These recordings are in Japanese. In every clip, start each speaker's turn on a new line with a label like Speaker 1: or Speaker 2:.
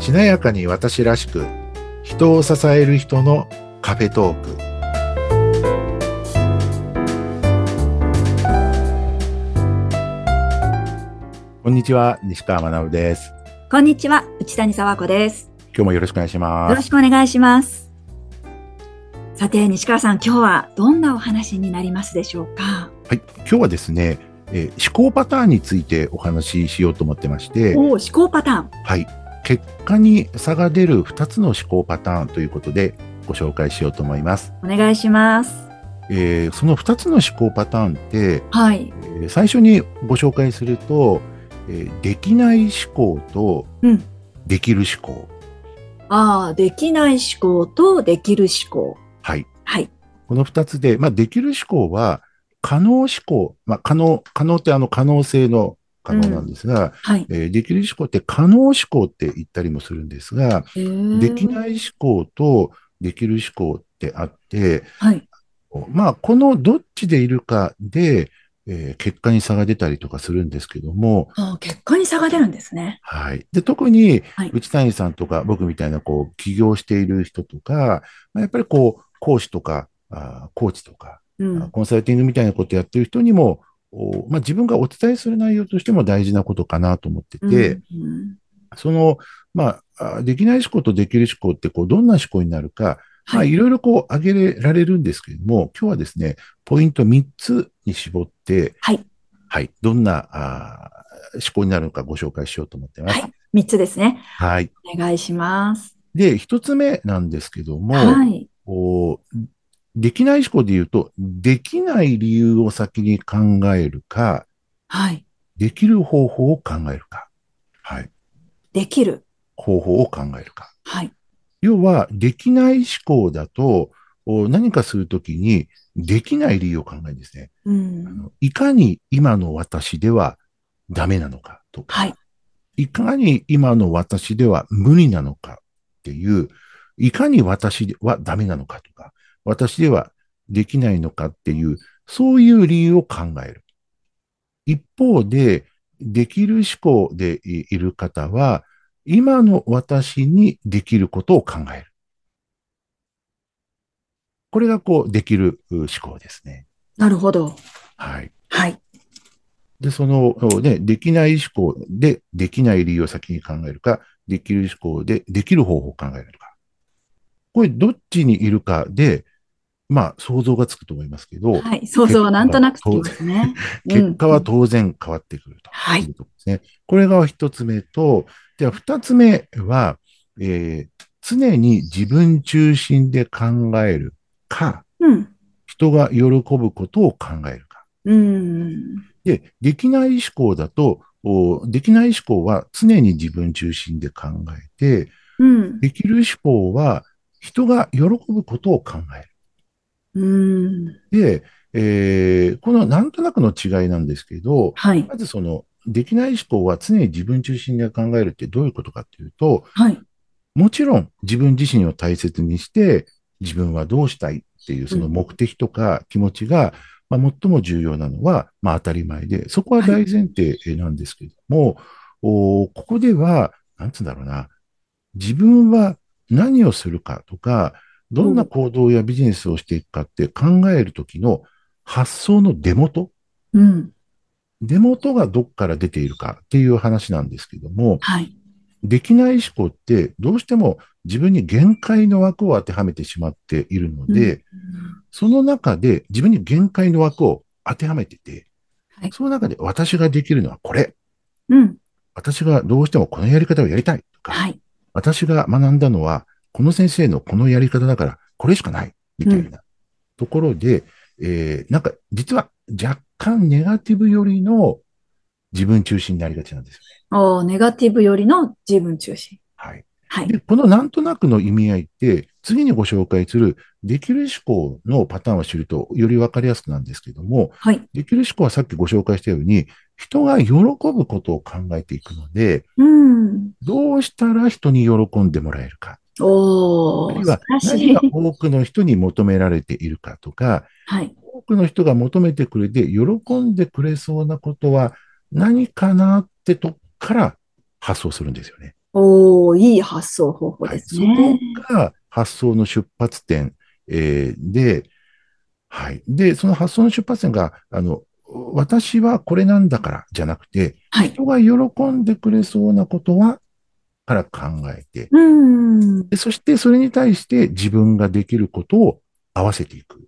Speaker 1: 華やかに私らしく人を支える人のカフェトークこんにちは西川学です
Speaker 2: こんにちは、内谷沢子です。
Speaker 1: 今日もよろしくお願いし
Speaker 2: よ
Speaker 1: ま
Speaker 2: ろ
Speaker 1: す
Speaker 2: しくお願いします。さて、西川さん、今日はどんなお話になりますでしょうか
Speaker 1: はい、今日はですね、えー思考パターンについてお話ししようと思ってまして
Speaker 2: おおー、思考パターン。
Speaker 1: はい、結果に差が出る2つの思考パターンということでご紹介しようと思います、
Speaker 2: お願いします。
Speaker 1: えーその2つの思考パターンって
Speaker 2: はい
Speaker 1: え。ー最初にご紹介すると、えーできない思考と
Speaker 2: うん
Speaker 1: できる思考、
Speaker 2: ああ、できない思考とできる思考。
Speaker 1: はい、
Speaker 2: はい。
Speaker 1: この2つで、まあ、できる思考は可能思考、まあ、可能可能ってあの可能性の可能なんですが、
Speaker 2: はい。
Speaker 1: えーできる思考って可能思考って言ったりもするんですが、でき
Speaker 2: い。
Speaker 1: ない思考とできる思考ってあって、
Speaker 2: はい。
Speaker 1: まあ、このどっちでいるかで、えー結果に差が出たりとかするんですけども、
Speaker 2: ああ、結果に差が出るんですね。
Speaker 1: はい。で、特に
Speaker 2: はい、
Speaker 1: 内谷さんとか、僕みたいな、こう、起業している人とか、まあ、やっぱりこう、講師とか、あーコーチとか、
Speaker 2: う
Speaker 1: あ
Speaker 2: ん。
Speaker 1: コンサルティングみたいなことやってる人にも、おまあ、自分がお伝えする内容としても大事なことかなと思ってて、
Speaker 2: うん、
Speaker 1: その、まああー、できない思考とできる思考って、こう、どんな思考になるか、まあ、
Speaker 2: はい
Speaker 1: いろいろこう、挙げられるんですけれども、今日はですね、ポイント3つに絞って、
Speaker 2: はい。
Speaker 1: はい。どんな、あー思考になるのかご紹介しようと思ってます。
Speaker 2: はい三つですね。
Speaker 1: はい
Speaker 2: お願いします。
Speaker 1: で、一つ目なんですけども、
Speaker 2: はい。
Speaker 1: こうできない思考で言うと、できない理由を先に考えるか、
Speaker 2: はい。
Speaker 1: できる方法を考えるか。はい。
Speaker 2: できる。
Speaker 1: 方法を考えるか。
Speaker 2: はい。
Speaker 1: 要は、できない思考だと、お何かするときに、できない理由を考えるんですね。
Speaker 2: う
Speaker 1: あ
Speaker 2: ん。
Speaker 1: のいかに今の私ではダメなのかとか、
Speaker 2: はい。
Speaker 1: いかに今の私では無理なのかっていう、いかに私はダメなのかとか、私ではできないのかっていう、そういう理由を考える。一方で、できる思考でいいる方は、今の私にできることを考える。これがこう、できるう思考ですね。
Speaker 2: なるほど。
Speaker 1: はい。
Speaker 2: はい。
Speaker 1: で、その、ね、できない思考で、できない理由を先に考えるか、できる思考で、できる方法を考えるか。これ、どっちにいるかで、まあ、想像がつくと思いますけど、
Speaker 2: はい。想像はなんとなくつきますね。
Speaker 1: 結果は
Speaker 2: うん
Speaker 1: 当然変わってくると。
Speaker 2: はい
Speaker 1: いうとこですね。これが一つ目と、じゃあ二つ目は、えー常に自分中心で考えるか、
Speaker 2: うん。
Speaker 1: 人が喜ぶことを考えるか。
Speaker 2: うん。
Speaker 1: で、できない思考だと、おできない思考は常に自分中心で考えて、
Speaker 2: うん。
Speaker 1: できる思考は人が喜ぶことを考
Speaker 2: うん。
Speaker 1: える。で、えーこのなんとなくの違いなんですけど、
Speaker 2: はい。
Speaker 1: まずその、できない思考は常に自分中心で考えるってどういうことかっていうと、
Speaker 2: はい。
Speaker 1: もちろん自分自身を大切にして、自分はどうしたいっていうその目的とか気持ちが、まあ、最も重要なのは、まあ、当たり前で、そこは大前提なんですけれども、おここでは、なんつうんだろうな、自分は何をするかとか、どんな行動やビジネスをしていくかって考えるときの発想の出元、
Speaker 2: うん。
Speaker 1: 出元がどっから出ているかっていう話なんですけども、
Speaker 2: はい。
Speaker 1: できない思考ってどうしても自分に限界の枠を当てはめてしまっているので、その中で自分に限界の枠を当てはめてて、
Speaker 2: はい
Speaker 1: その中で私ができるのはこれ、
Speaker 2: うん、うん。
Speaker 1: 私がどうしてもこのやり方をやりたいとか、
Speaker 2: はい。
Speaker 1: 私が学んだのはこの先生のこのやり方だからこれしかないみたいなところで、えーなんか実は若干ネガティブよりの自分中心になりがちなんですよね。
Speaker 2: おーネガティブよりの自分中心。
Speaker 1: はい。
Speaker 2: はい。
Speaker 1: で、このなんとなくの意味合いって、次にご紹介するできる思考のパターンを知るとより分かりやすくなんですけども、
Speaker 2: はい。
Speaker 1: できる思考はさっきご紹介したように、人が喜ぶことを考えていくので、
Speaker 2: うん。
Speaker 1: どうしたら人に喜んでもらえるか、
Speaker 2: お
Speaker 1: ある
Speaker 2: ー
Speaker 1: い
Speaker 2: 素
Speaker 1: は
Speaker 2: 晴らし
Speaker 1: 何
Speaker 2: い
Speaker 1: が。多くの人に求められているかとか、
Speaker 2: はい。
Speaker 1: 多くの人が求めてくれて喜んでくれそうなことは何かなってとこから発想するんですよね。
Speaker 2: おおいい発想方法
Speaker 1: はい、
Speaker 2: です
Speaker 1: そ
Speaker 2: ね。
Speaker 1: こが発想の出発点、えーで、はい。で、その発想の出発点が、あの、私はこれなんだからじゃなくて、
Speaker 2: はい。
Speaker 1: 人が喜んでくれそうなことは、から考えて、
Speaker 2: うーん。
Speaker 1: でそしてそれに対して自分ができることを合わせていく、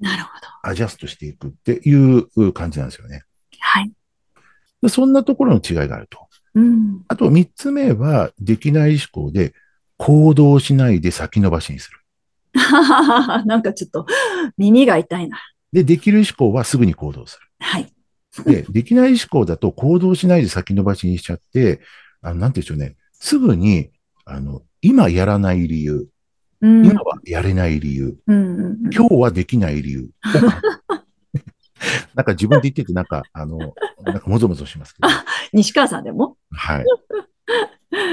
Speaker 2: なるほど。
Speaker 1: アジャストしていくっていう感じなんですよね。
Speaker 2: はい。
Speaker 1: でそんなところの違いがあると。
Speaker 2: うん。
Speaker 1: あと3つ目は、できない思考で、行動しないで先延ばしにする。
Speaker 2: なんかちょっと耳が痛いな。
Speaker 1: で、できる思考はすぐに行動す
Speaker 2: はい。
Speaker 1: る。 で、できない思考だと行動しないで先延ばしにしちゃって、あの、なんて言うんでしょうね。すぐに、あの、今やらない理由、
Speaker 2: うん。
Speaker 1: 今はやれない理由、
Speaker 2: うんうんうん
Speaker 1: 今日はできない理由。 なんか自分で言ってて、なんか、あの、なんかもぞもぞしますけ ど。
Speaker 2: 西川さんでも
Speaker 1: はい。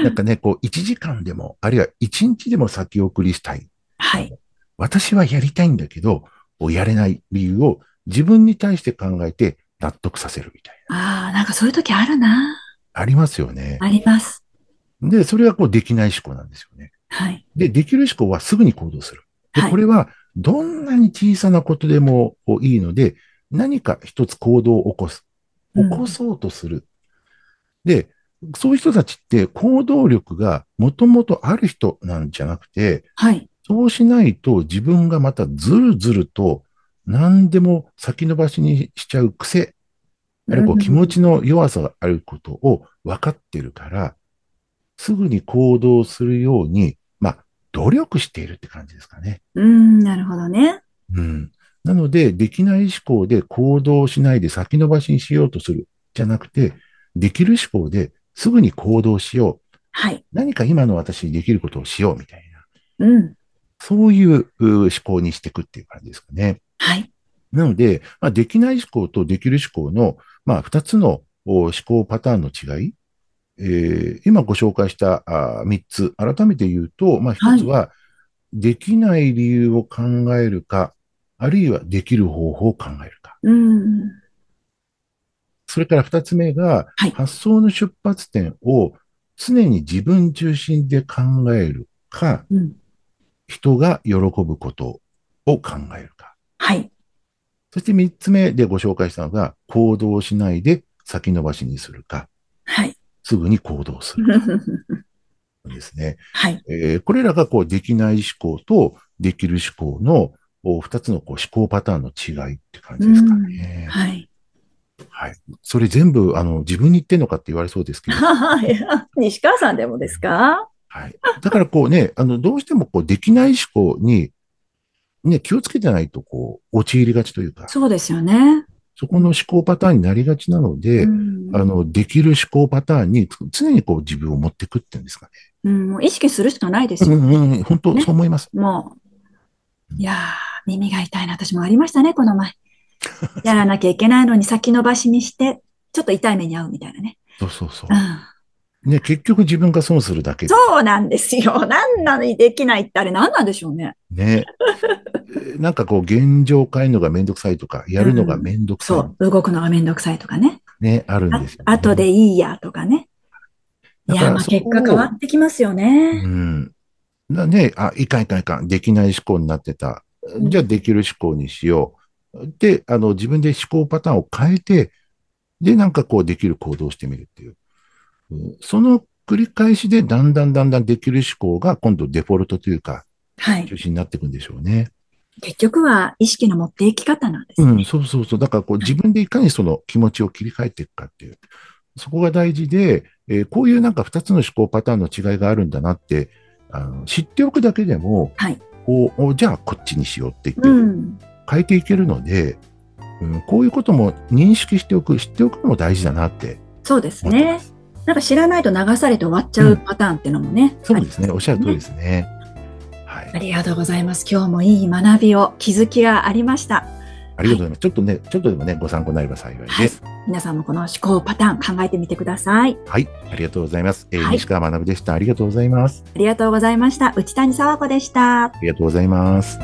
Speaker 1: なんかね、こう、1時間でも、あるいは1日でも先送りしたい。
Speaker 2: はい。
Speaker 1: 私はやりたいんだけど、やれない理由を自分に対して考えて納得させるみたい
Speaker 2: ああ、なんかそういう時あるな。
Speaker 1: な。ありますよね。
Speaker 2: あります。
Speaker 1: で、それはこうできない思考なんですよね。
Speaker 2: はい。
Speaker 1: で、できる思考はすぐに行動する。で、
Speaker 2: はい
Speaker 1: これはどんなに小さなことでもいいので、何か一つ行動を起こす。
Speaker 2: うん
Speaker 1: 起こそうとする。で、そういう人たちって行動力がもともとある人なんじゃなくて、
Speaker 2: はい。
Speaker 1: そうしないと自分がまたずるずると何でも先延ばしにしちゃう癖、あるいはこう気持ちの弱さがあることを分かってるから、すぐに行動するように、まあ、努力しているって感じですかね。
Speaker 2: うん、なるほどね。
Speaker 1: うん。なので、できない思考で行動しないで先延ばしにしようとするじゃなくて、できる思考ですぐに行動しよう。
Speaker 2: はい。
Speaker 1: 何か今の私にできることをしようみたいな。
Speaker 2: うん。
Speaker 1: そういうう思考にしていくっていう感じですかね。
Speaker 2: はい。
Speaker 1: なので、まあ、できない思考とできる思考の、まあ、二つのお思考パターンの違い、えー今ご紹介したあー三つ、改めて言うと、まあ、
Speaker 2: はい
Speaker 1: 一つは、できない理由を考えるか、あるいはできる方法を考えるか。
Speaker 2: うん。
Speaker 1: それから二つ目が
Speaker 2: はい、
Speaker 1: 発想の出発点を常に自分中心で考えるか、
Speaker 2: うん。
Speaker 1: 人が喜ぶことを考えるか。
Speaker 2: はい。
Speaker 1: そして三つ目でご紹介したのが、行動しないで先延ばしにするか、
Speaker 2: はい。
Speaker 1: すぐに行動するんですね。
Speaker 2: はい。
Speaker 1: えーこれらがこうできない思考とできる思考のお二つのこう思考パターンの違いって感じですかね。
Speaker 2: はい。
Speaker 1: はい。それ全部、あの、自分に言ってんのかって言われそうですけど、
Speaker 2: 西川さんでもですか
Speaker 1: はい。だからこうね、あの、どうしてもこうできない思考に、ね、気をつけてないとこう、陥りがちというか、
Speaker 2: そうですよね。
Speaker 1: そこの思考パターンになりがちなので、
Speaker 2: うん
Speaker 1: あの、できる思考パターンにつ常にこう自分を持ってくっていうんですか
Speaker 2: うん、もう意識するしかないです
Speaker 1: ね。
Speaker 2: よ。
Speaker 1: うんうん、本当、
Speaker 2: ね
Speaker 1: そう思います。
Speaker 2: もう。いやー、耳が痛いな。私もありましたね、こ の前。やらなきゃいけないのに先延ばしにして、ちょっと痛い目に遭うみたいなね。
Speaker 1: そうそうそうう。
Speaker 2: ん。
Speaker 1: ね、結局自分が損するだけ。
Speaker 2: そうなんですよ。 なんなのにできないってあれ何なんでしょうね。
Speaker 1: ね。なんかこう、現状変えるのがめんどくさいとか、やるのがめんどく
Speaker 2: そ
Speaker 1: さ
Speaker 2: う。動くのがめんどくさいとかね。
Speaker 1: い。ね、あるん
Speaker 2: あ
Speaker 1: ですよ、ね。
Speaker 2: 後でいいやとかね。い
Speaker 1: だから
Speaker 2: や、まあ
Speaker 1: そこを
Speaker 2: 結果変わってきますよ
Speaker 1: う
Speaker 2: ね。
Speaker 1: ん。なね、あ、いかんいかんいかん、できない思考になってた。じゃあできる思考にしよう。で、あの、自分で思考パターンを変えて、で、なんかこうできる行動をしてみるっていう。うんその繰り返しで、だんだんだんだんできる思考が今度デフォルトというか、
Speaker 2: はい
Speaker 1: 中。心になっていくんでしょうね。
Speaker 2: 結局は意識の持っていき方なんです
Speaker 1: う
Speaker 2: ね。
Speaker 1: ん、そうそうそう。だからこう自分でいかにその気持ちを切り替えていくかっていう。そこが大事で、えーこういうなんか二つの思考パターンの違いがあるんだなって、あの知っておくだけでも、
Speaker 2: はい
Speaker 1: こうおじゃあこっちにしようって
Speaker 2: う
Speaker 1: 言って
Speaker 2: ん。
Speaker 1: 変えていけるので、うんこういうことも認識しておく、知っておくのも大事だなって
Speaker 2: そうです
Speaker 1: 思って
Speaker 2: ね
Speaker 1: ま。す。
Speaker 2: なんか知らないと流されて終わっちゃうパターンってのもね。
Speaker 1: そう
Speaker 2: あ
Speaker 1: ですね。おっしゃる通りですね。はい
Speaker 2: あ。りがとうございます。今日もいい学びを、気づきがありました。
Speaker 1: ありがとうございます。ちょっとね、ちょっとでもね、ご参考になれば幸い
Speaker 2: は
Speaker 1: で
Speaker 2: い
Speaker 1: す。。
Speaker 2: 皆さんもこの思考パターン考えてみてください。
Speaker 1: はい。ありがとうございます。えー
Speaker 2: はい
Speaker 1: 西川学でした。ありがとうございます。
Speaker 2: ありがとうございました。内谷沢子でした。
Speaker 1: ありがとうございます。